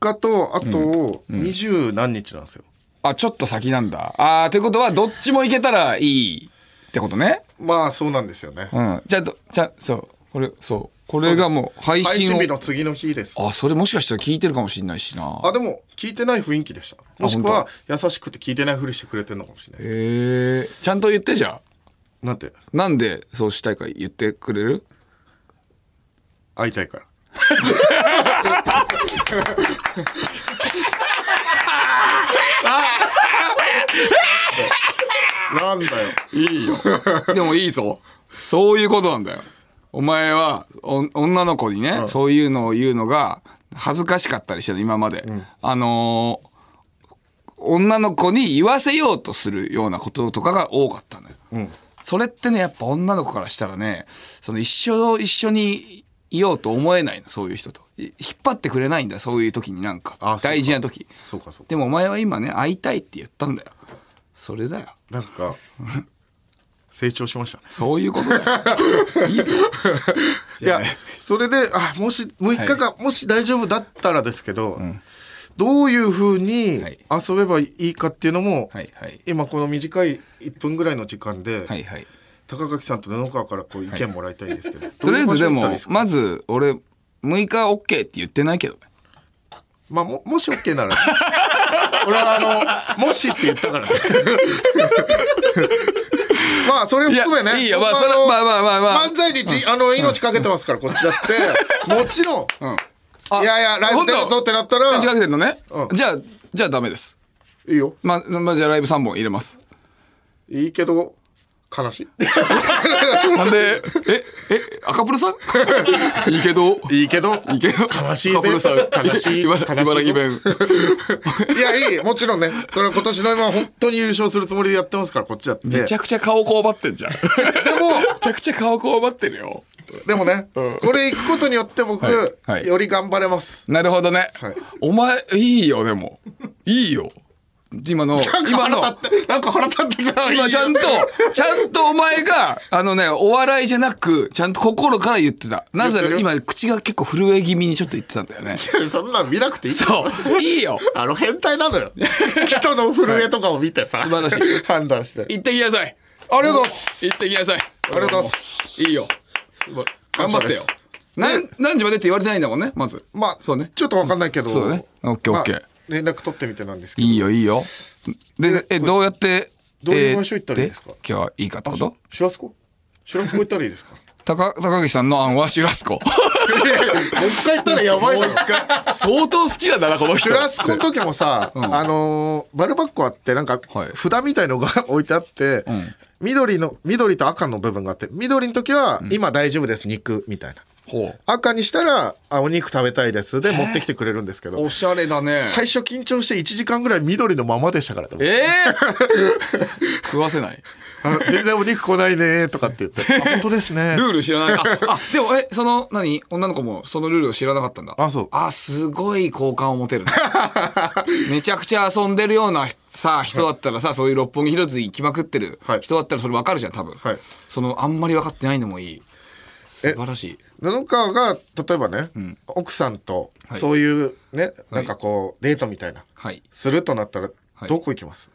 A: 日とあと二十何日なんですよ、
B: あ、ちょっと先なんだ。あー、ということは、どっちもいけたらいいってことね。
A: まあそうなんですよね、
B: うん。じゃあ、どじゃあそう、これ、そう。これがもう配
A: 配
B: 信
A: 信
B: を
A: 日。の次の日です
B: あ、それもしかしたら聞いてるかもしれないしな。
A: あでも聞いてない雰囲気でしたもしくは優しくて聞いてないふりしてくれてるのかもしれないです
B: えー、ちゃんと言ってじゃあ。
A: なんて
B: なんでそうしたいか言ってくれる
A: 会いたいから なんだよ
B: いいよ。でもいいぞ。そういうことなんだよ。お前は、お女の子にね、そういうのを言うのが、恥ずかしかったりしてた、今まで。あのー女の子に言わせようとするようなこととかが多かったのよ。それってね、やっぱ女の子からしたらね、その一生一緒にいようと思えないの、そういう人と。い引っ張ってくれないんだ、そういう時になんか。
A: あそうか
B: 大事な時。
A: そうかそうか
B: でもお前は今ね、会いたいって言ったんだよ。それだよ。
A: なんか、成長しましたね。
B: そういうことだ よ。いいぞ。
A: いや、それで、あ、もし、6日間、もし大丈夫だったらですけど、どういうふうに
B: はい
A: 遊べばいいかっていうのも、
B: はいはい
A: 今この短い1分ぐらいの時間で、
B: はいはい。
A: 高垣さんと布川からこう意見もらいたいんですけど、
B: とりあえずで
A: ど
B: も
A: ういう場所行ったらいいす、か
B: まず、俺、6日 OK って言ってないけどね。
A: まあ、も、もし OK なら。 俺はあの、もしって言ったからね。 まあ、それ含めね。
B: いやいいよまあ
A: 僕
B: それ
A: の
B: まあまあまあまあ
A: 漫才にじ、あの、命かけてますから、こっちだ って。もちろん。いやいや、ライブ出るぞってなったら、
B: 時間
A: い
B: かけてんのね
A: う。ん
B: じゃあ、じゃあダメです。
A: いよ。
B: ま、ま、じゃあライブ3本入れます。
A: いいけど、悲し
B: ほんで、え、え、赤プルさ んいいけど。
A: い。いいけど、
B: いいけど。
A: 悲しいね
B: 赤プルさん。
A: 悲しい
B: 茨
A: 悲しいぞ
B: 茨城弁。
A: いや、いい。もちろんね。それは今年の今は本当に優勝するつもりでやってますから、こっちだって。
B: めちゃくちゃ顔こうばってんじゃん。め
A: でも、
B: ちゃくちゃ顔こうばってるよ。
A: でもね、これ行くことによって僕、
B: はいはい
A: より頑張れます。
B: なるほどね。
A: はい
B: お前、いいよ、でも。いいよ。今の、今の。
A: 腹立って、なんか腹立ってきた
B: 今ちゃんと、ちゃんとお前が、あのね、お笑いじゃなく、ちゃんと心から言ってた。なぜなら
A: 言って
B: 今、口が結構震え気味にちょっと言ってたんだよ ね。
A: そんなの見なくていい
B: そう。いいよ。
A: あの変態なのよ。人の震えとかを見てさ。
B: 素晴らしい。
A: 判断して。あり
B: 行ってきなさい。
A: がとうございます。
B: 行ってきなさい。
A: ありがとうございます。
B: いいよ。頑張ってよ。なん何時までって言われてないんだもんね、まず。
A: まあ、
B: そうね。
A: ちょっとわかんないけど。
B: そうだねオッケー
A: まあ
B: オッケー
A: 連絡取ってみてなんですけど。
B: いいよ、いいよ。で、え、どうやって、
A: どういう
B: えー
A: 場所行ったらいいですか
B: 今日はいいかってこと
A: シュラスコシュラスコ行ったらいい ですか
B: 高、高岸さんの案はシュラスコ。
A: いやいやもう一回行ったらやばいだろ。
B: 相当好きなんだな、この
A: シ
B: 人。
A: ュラスコの時もさ、あのーバルバッコあって、なんか
B: はい、
A: 札みたいのが 置いてあって、緑の、緑と赤の部分があって、緑の時は、今大丈夫です、肉、みたいな。
B: ほう
A: 赤にしたら、あ、お肉食べたいです、で持ってきてくれるんですけど
B: お、しゃれだね。
A: 最初緊張して1時間ぐらい緑のままでしたからね
B: ええ 食わせない。
A: あ全然お肉来ないねとかって言って、 あ本当ですね
B: ル。ール知らない。あ、あでも、え、その、何女の子もそのルールを知らなかったんだ。
A: あそう
B: あ、すごい好感を持て るね。めちゃくちゃ遊んでるようなさ、人だったらさ、そういう六本木ヒルズ行きまくってる
A: はい
B: 人だったらそれ分かるじゃん、多分。
A: はい
B: その、あんまり分かってないのもいい。素晴らしい。
A: 布川が、例えばね、奥さんと、そういうね、なんかこう、デートみたいな、
B: はい。
A: するとなったら、
B: はい
A: どこ行きます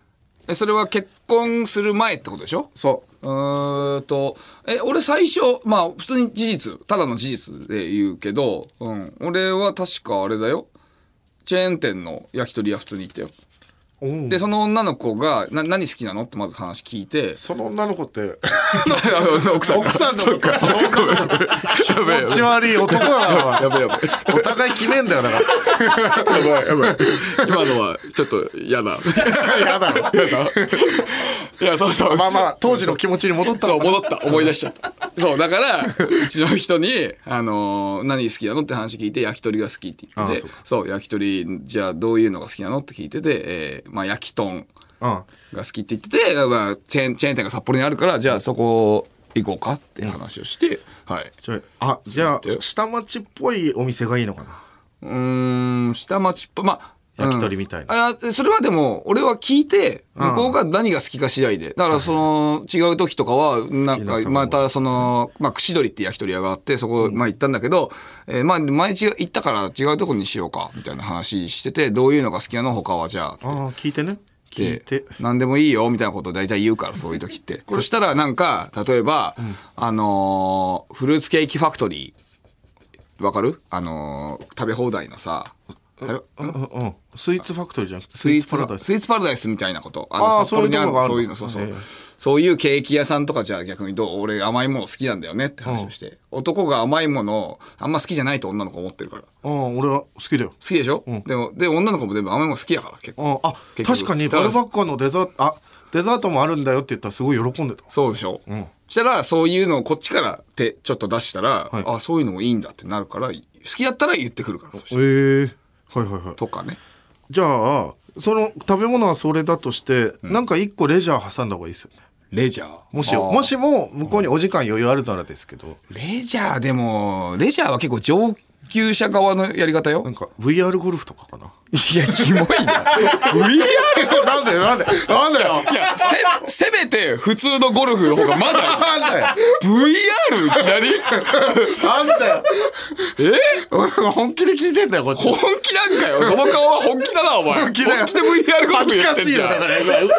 B: え、それは結婚する前ってことでしょ
A: そう。
B: うーんと、え、俺最初、まあ普通に事実、ただの事実で言うけど、うん、俺は確かあれだよ。チェーン店の焼き鳥屋普通に行ったよ。
A: うん、
B: で、その女の子が、な、何好きなのってまず話聞いて
A: その女の子 って、
B: あの奥さんが
A: 奥さんのことか、その女の子気持ち悪い男だな、やべやべ。お互い決めんだよ、だか
B: 今のはちょっと嫌だ。
A: ら。 やだろ。
B: いや、そうそう。
A: まあまあ、当時の気持ちに戻ったの
B: そう、
A: かな
B: 戻った。思い出しちゃった。そう、だから、うちの人に、あのー何好きなのって話聞いて、焼き鳥が好きって言ってて、そう焼き鳥、じゃあどういうのが好きなのって聞いてて、えーまあ、焼き豚
A: うん。
B: が好きって言ってて、まあ、チェーン、チェーン店が札幌にあるから、じゃあそこ行こうかって話をして、はい。
A: ちょいあ、じゃあ、下町っぽいお店がいいのかな。
B: うーん、下町っぽ、まあ、
A: 焼き鳥みたいな
B: な、あそれはでも、俺は聞いて、向こうが何が好きか次第で。だから、その、違う時とかは、なん
A: な食べ
B: か、
A: 物
B: また、その、まあ、串取りって焼き鳥屋があって、そこ、まあ、行ったんだけど、えーまあ、前違う行ったから違うとこにしようか、みたいな話してて、どういうのが好きなの他は、じゃあ、
A: ああ、聞いてね。聞い
B: で
A: て。
B: 何でもいいよみたいなことを大体言うからそういう 時ってそしたらなんか例えば、あのーフルーツケーキファクトリーわかるあのー食べ放題のさ食
A: う
B: べ
A: んうんうん。スイーツファクトリーじゃなくて、
B: スイーツ
A: パラダイス。
B: スイーツパラダイスみたいなこと。
A: あー
B: あ札幌にあ
A: そういうと
B: る
A: こがある
B: そういうの、そうそう、
A: ええ
B: そういうケーキ屋さんとかじゃあ逆にどう俺甘いもの好きなんだよねって話をして。男が甘いものをあんま好きじゃないと女の子思ってるから。好
A: ああ、俺は好きだよ。
B: きでしょ、でも、で、女の子も全部甘いもの好きやから結構。
A: ああ、
B: 結局
A: 確かに、
B: だか
A: バ
B: ら
A: ルバッコのデザート、あ、デザートもあるんだよって言ったらすごい喜んでた。
B: そうでしょ、うしたら、そういうのをこっちから手ちょっと出したら、
A: はい
B: あ、そういうのもいいんだってなるから、好きだったら言ってくるから、そして
A: ええはいはいはい。
B: とかね。
A: じゃあ、その食べ物はそれだとして、なんか一個レジャー挟んだ方がいいですよね。
B: レジャー。
A: もし、
B: あー
A: もしも向こうにお時間余裕あるならですけど、
B: レジャーでも、レジャーは結構上級者側のやり方よ
A: な。んか VR ゴルフとかかな。
B: いや、キモい な。
A: なんだよ、なんだよ、なんだよ。
B: せ、せめて普通のゴルフの方がま だ、
A: なんだよ、
B: VR いきなり
A: なんだよ。
B: え
A: 俺 本気で聞いてんだよ、こっち。
B: 本気なんかよ。その顔は本気だな、お前。本
A: 気だよ
B: で VR ゴル
A: 恥ず
B: フや
A: か
B: ってん
A: しい
B: じ
A: よ、
B: ゃ
A: だか
B: ん。
A: ら。今受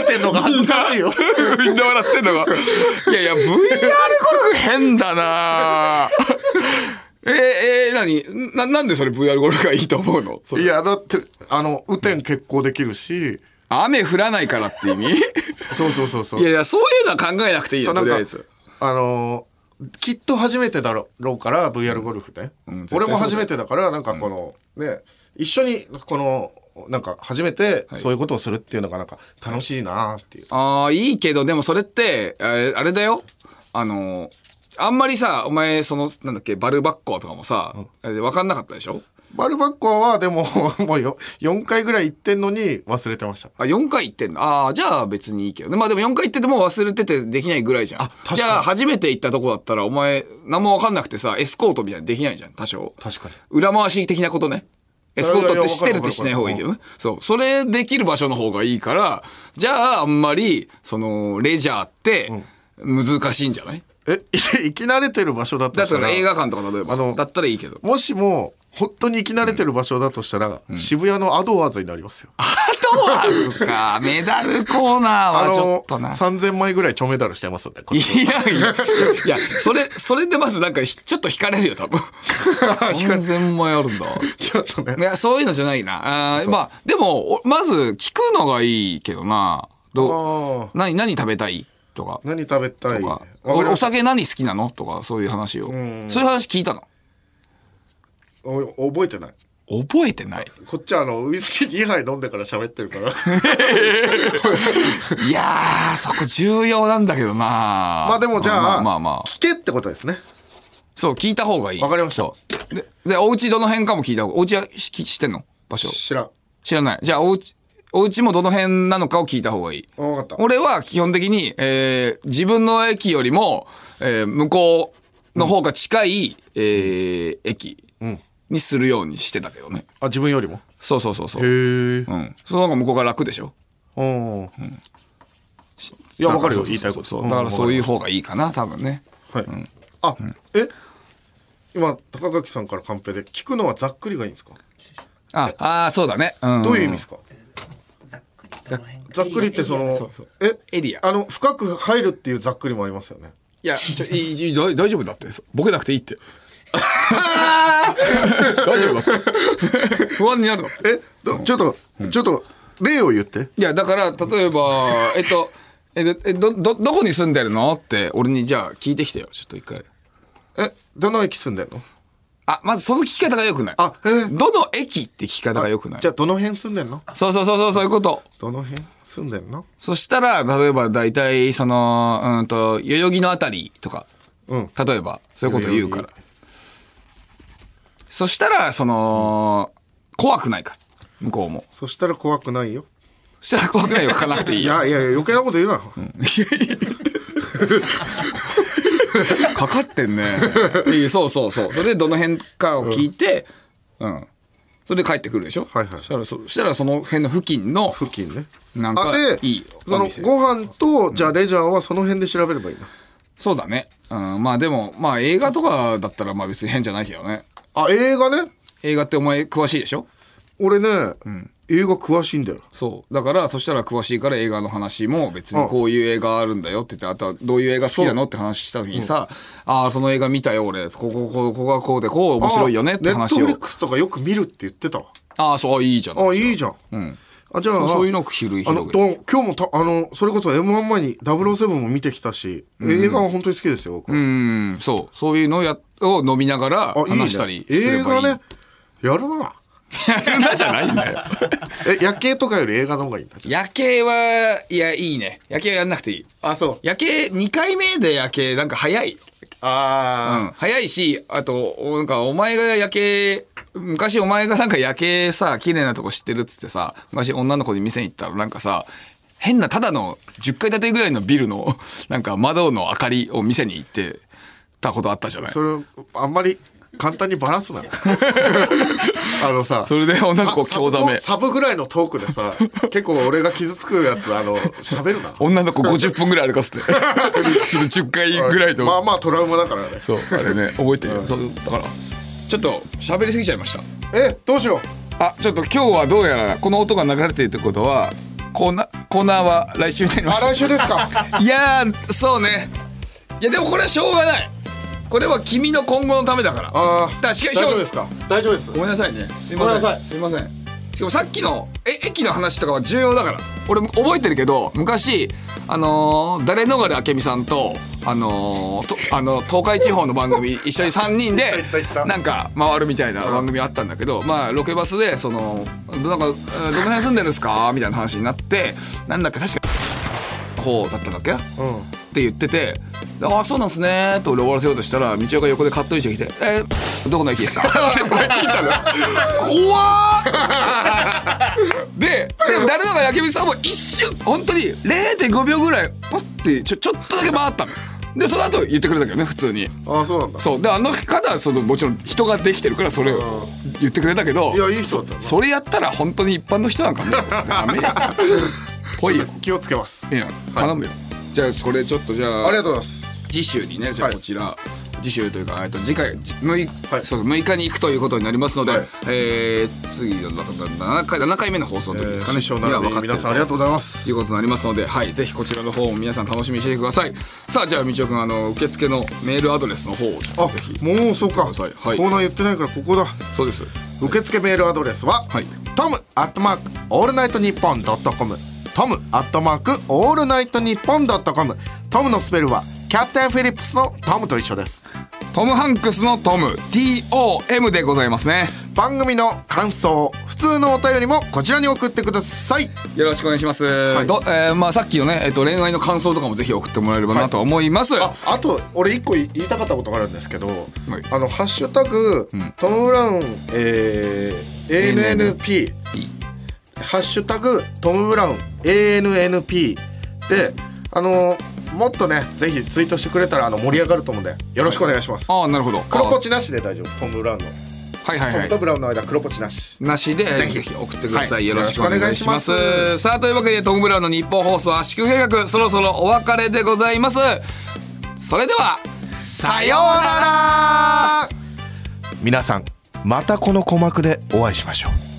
A: けてんのが恥ずかしいよ。
B: みんな笑ってんのが。いやいや、VR ゴルフ変だなええ何な、なんでそれ VR ゴルフがいいと思うのそれ
A: いや、だって、あの、雨天結構できるし、
B: 雨降らないからって意味
A: そうそうそうそう。
B: いやいや、そういうのは考えなくていいよ、
A: な
B: と
A: ん
B: りあ
A: か
B: えず。
A: あのーきっと初めてだろうから、VR ゴルフね。
B: ん絶対
A: 俺も初めてだから、なんかこの、ね、一緒に、この、なんか初めてそういうことをするっていうのがなんか楽しいなっていう。
B: ああ、いいけど、でもそれって、あれあれだよ。あの、あんまりさ、お前、その、なんだっけ、バルバッコアとかもさ、あれわかんなかったでしょ
A: バルバッコアはでも、 もうよ4回ぐらい行ってんのに忘れてました。
B: あ、4回行ってんのああ、じゃあ別にいいけどね。まあでも4回行ってても忘れててできないぐらいじゃん。
A: 確かに
B: じゃあ初めて行ったとこだったら、お前、何もわかんなくてさ、エスコートみたいにできないじゃん、多少。
A: 確かに。
B: 裏回し的なことね。エスコート
A: いやいや
B: ってしてるってしない方がいいけどね。そう。それできる場所の方がいいから、じゃああんまり、その、レジャーって難しいんじゃない、
A: え、い行き慣れてる場所だと
B: だっ
A: した
B: た
A: ら、
B: ら映画館とか例えば
A: あの
B: だったらいいけど。
A: もしも、本当に行き慣れてる場所だとしたら、渋谷のアドワーズになりますよ。
B: ドアーズか。メダルコーナー
A: あ
B: はちょ
A: の
B: っとな。
A: 3000枚ぐらいちょメダルしてますんで、こっ
B: い
A: ち
B: やいや、いや、それ、それでまずなんかひ、ちょっと惹かれるよ、 多分。3000枚あるんだ。
A: ちょっとね
B: い。や、そういうのじゃないな。あーまあ、でも、おまず聞くのがいいけどな。
A: あ
B: どう、何、何食べたいとか。
A: 何食べたい
B: と
A: わ
B: か
A: かり
B: おお
A: ました
B: 酒何好きなのとか、そういう話を。そういう話聞いたの。
A: お覚えてない
B: 覚えてない。
A: こっちはあのウイスキー2杯飲んでから喋ってるから
B: いやー、そこ重要なんだけどな。ま
A: まあでもじゃあ,、
B: まあまあまあ。
A: 聞けってことですね
B: そう、聞いた方がいい。
A: わかりました
B: で、で、お家どの辺かも聞いた方がお家はし知ってんの場所。
A: 知らん
B: 知らない。じゃあ、お家、お家もどの辺なのかを聞いた方がいい。
A: あわかった
B: 俺は基本的に、えー自分の駅よりも、えー向こうの方が近い、えー駅にするようにしてたけどね。
A: あ自分よりも
B: そうそうそうそう。
A: へえ
B: うん。その方が向こうが楽でしょ
A: うんいやわかるよ言いたいこと
B: そうそうそうだからそういう方がいいかな、多分ね。
A: はい、あ、え今高垣さんからカンペで聞くのはざっくりがいいんですか、
B: あ、あーそうだね。うん。
A: どういう意味ですか
B: ざっ
A: ざっくりってその
B: そうそう
A: え
B: エリア
A: あの深く入るっていうざっくりもありますよね
B: いや、ちょ、いいいい大大丈夫だって。ボケなくていいって。 大丈夫だって。不安になるの。
A: えどちょっと、ちょっと例を言って
B: いや、だから、例えば、えっと、えっと、えど、ど、どこに住んでるのって、俺にじゃあ聞いてきてよ。ちょっと一回。
A: えどの駅住んでんの
B: あ、まずその聞き方が良くない。
A: あえー
B: どの駅って聞き方が良くない
A: じ。ゃあどの辺住んでんの
B: そうそうそうそう、そういうこと。
A: どの辺住んでんの
B: そしたら、例えば大体、その、うんと、代々木のあたりとか、
A: うん
B: 例えば、そういうこと言うから。そしたら、その、怖くないから、向こうも。
A: そしたら怖くないよ
B: そしたら怖く ないよ、書かなくていい
A: い
B: よ。
A: やいやいや余計なこと言うな、
B: かかってんね。 いやそうそうそう。それでどの辺かを聞いて、うん。それで帰ってくるでしょ
A: はいはい
B: そしたらそ、そしたらその辺の付近の、
A: 付近ね
B: なんか
A: あで
B: いい
A: そ
B: お
A: の
B: 店
A: ご飯とじゃあレジャーはその辺で調べればいいな、
B: そうだね。うん。まあでも、まあ映画とかだったら、まあ別に変じゃないけどね。
A: あ映画ね
B: 映画ってお前詳しいでしょ
A: 俺ね、映画詳しいんだよ
B: そうだからそしたら詳しいから映画の話も別にこういう映画あるんだよって言ってあとはどういう映画好きなのって話した時にさ、ああその映画見たよ俺ここここここがこうでこう面白いよねって話
A: ネットフ
B: を
A: リックスとかよく見るって言ってたわ
B: ああそういいじゃん
A: あいいじゃん、あじゃあ
B: そうそういうのを広
A: あの
B: 広げる
A: ど今日もたあのそれこそ m 1前に007も見てきたし、映画は本当に好きですよ、僕
B: うんそうそういうのをやを飲みながら
A: あいいね
B: 話したりす
A: 映
B: れば
A: 画
B: いい
A: ねやるな
B: やるなじゃないんだよ
A: え夜景とかより映画の方がいいんだ
B: 夜景はいやいいね夜景はやんなくていい
A: あそう
B: 夜景2回目で夜景なんか早いよ
A: あ
B: うん、早いし、あと、おなんか、お前が夜景昔お前がなんか夜景さ、綺麗なとこ知ってるっつってさ、昔女の子に店に行ったらなんかさ、変なただの10階建てぐらいのビルの、なんか窓の明かりを店に行ってたことあったじゃない。
C: それあんまり簡単にバラすな あのさ
B: それで女の子を興ざめ
C: ササブぐらいのトークで さ結構俺が傷つくやつあの喋るな
B: 女の子50分ぐらい歩か せて。その10階ぐらいの。
C: まあまあトラウマだからね
B: そう、あれね、覚えてるよ。そう、だから、ちょっと喋りすぎちゃいました。
C: えどうしよ
B: あちょっと今日はどうやらこの音が流れてるってことはコーナーコーナーは来週になり
C: う
B: ま
C: あ
B: し
C: 来週です か
B: たいやーそうねいやでもこれはしょうがないこれは君の今後のためだから
C: あー
B: だからし
C: 大丈夫ですか大丈夫です
B: ごめんなさいねすい
C: ごめ
B: ま
C: んなさ
B: せ
C: い
B: んすいませんしかもさっきのえ駅の話とかは重要だから俺覚えてるけど昔あのー、誰逃れ明美さんとあのーとあの東海地方の番 組一緒に3人で
C: った行った
B: なんか回るみたいな番組あったんだけどまあロケバスでそのどなんかえーどの辺住んでるんですかみたいな話になってなんだっけ確か方だったんだっけ
C: うん
B: って言ってて「ああそうなんすね」と俺終わらせようとしたら道夫が横でカットインしてきて「えーどこの駅 ですか?」って俺聞いたの怖ーでで誰だかやけみさんも一瞬本当に0.5秒ぐらい「おっ?」てちょちょっとだけ回ったのでその後言ってくれたけどね普通に
C: ああそうなんだ
B: そうであの方はそのもちろん人ができてるからそれを言ってくれたけど
C: いやいい人だったな
B: それやったら本当に一般の人なんかねダメやぽいよ
C: 気をつけます
B: いいや頼むよ、じゃあこれちょっとじゃ
C: ありがとうございます
B: 次週にねじゃあ
C: はい
B: こちら、次週というかえっと次回じむい
C: はい
B: そう6日に行くということになりますので、
C: はい
B: えー次の7回7回目の放送というんですかね、
C: 師匠なの
B: には
C: で
B: 分かってる
C: 皆さんありがとうございます
B: いうことになりますので、はい、ぜひこちらの方も皆さん楽しみにしてくださいさあじゃあみちおくんあの受付のメールアドレスの方をちょ
C: あ
B: っとぜひ
C: もうそうか、
B: ださいはい
C: コーナー言ってないからここだ
B: そうです
C: 受付メールアドレスは、
B: はい
C: トムアットマークオールナイトニッポンドットコムトムアットマークオールナイトニッポンドットコムトムのスペルはキャプテンフィリップスのトムと一緒です
B: トム・ハンクスのトム TOM でございますね
C: 番組の感想普通のお便りもこちらに送ってください
B: よろしくお願いします、
C: い
B: どえーまあ、さっきのね、えっと、恋愛の感想とかもぜひ送ってもらえればなと思います、
C: ああと俺一個言いたかったことがあるんですけど、
B: い
C: あの「ハッシュタグ、トム・ブラウン、えー ANNP」ハッシュタグトム・ブラウン ANNP であのもっとねぜひツイートしてくれたらあの盛り上がると思うんでよろしくお願いします、
B: ああなるほど
C: 黒ポチなしで大丈夫トム・ブラウンの、
B: はいはい
C: ト
B: は
C: ム
B: い
C: とブラウンの間黒ポチなし
B: なしで
C: ぜ
B: ぜ
C: ひ
B: ひ送ってください、
C: はい
B: よろしくお願いします
C: よろしくお願いし
B: さあというわけでトム・ブラウンの日本放送圧縮計画そろそろお別れでございますそれでは
C: さようなら皆さんまたこの鼓膜でお会いしましょう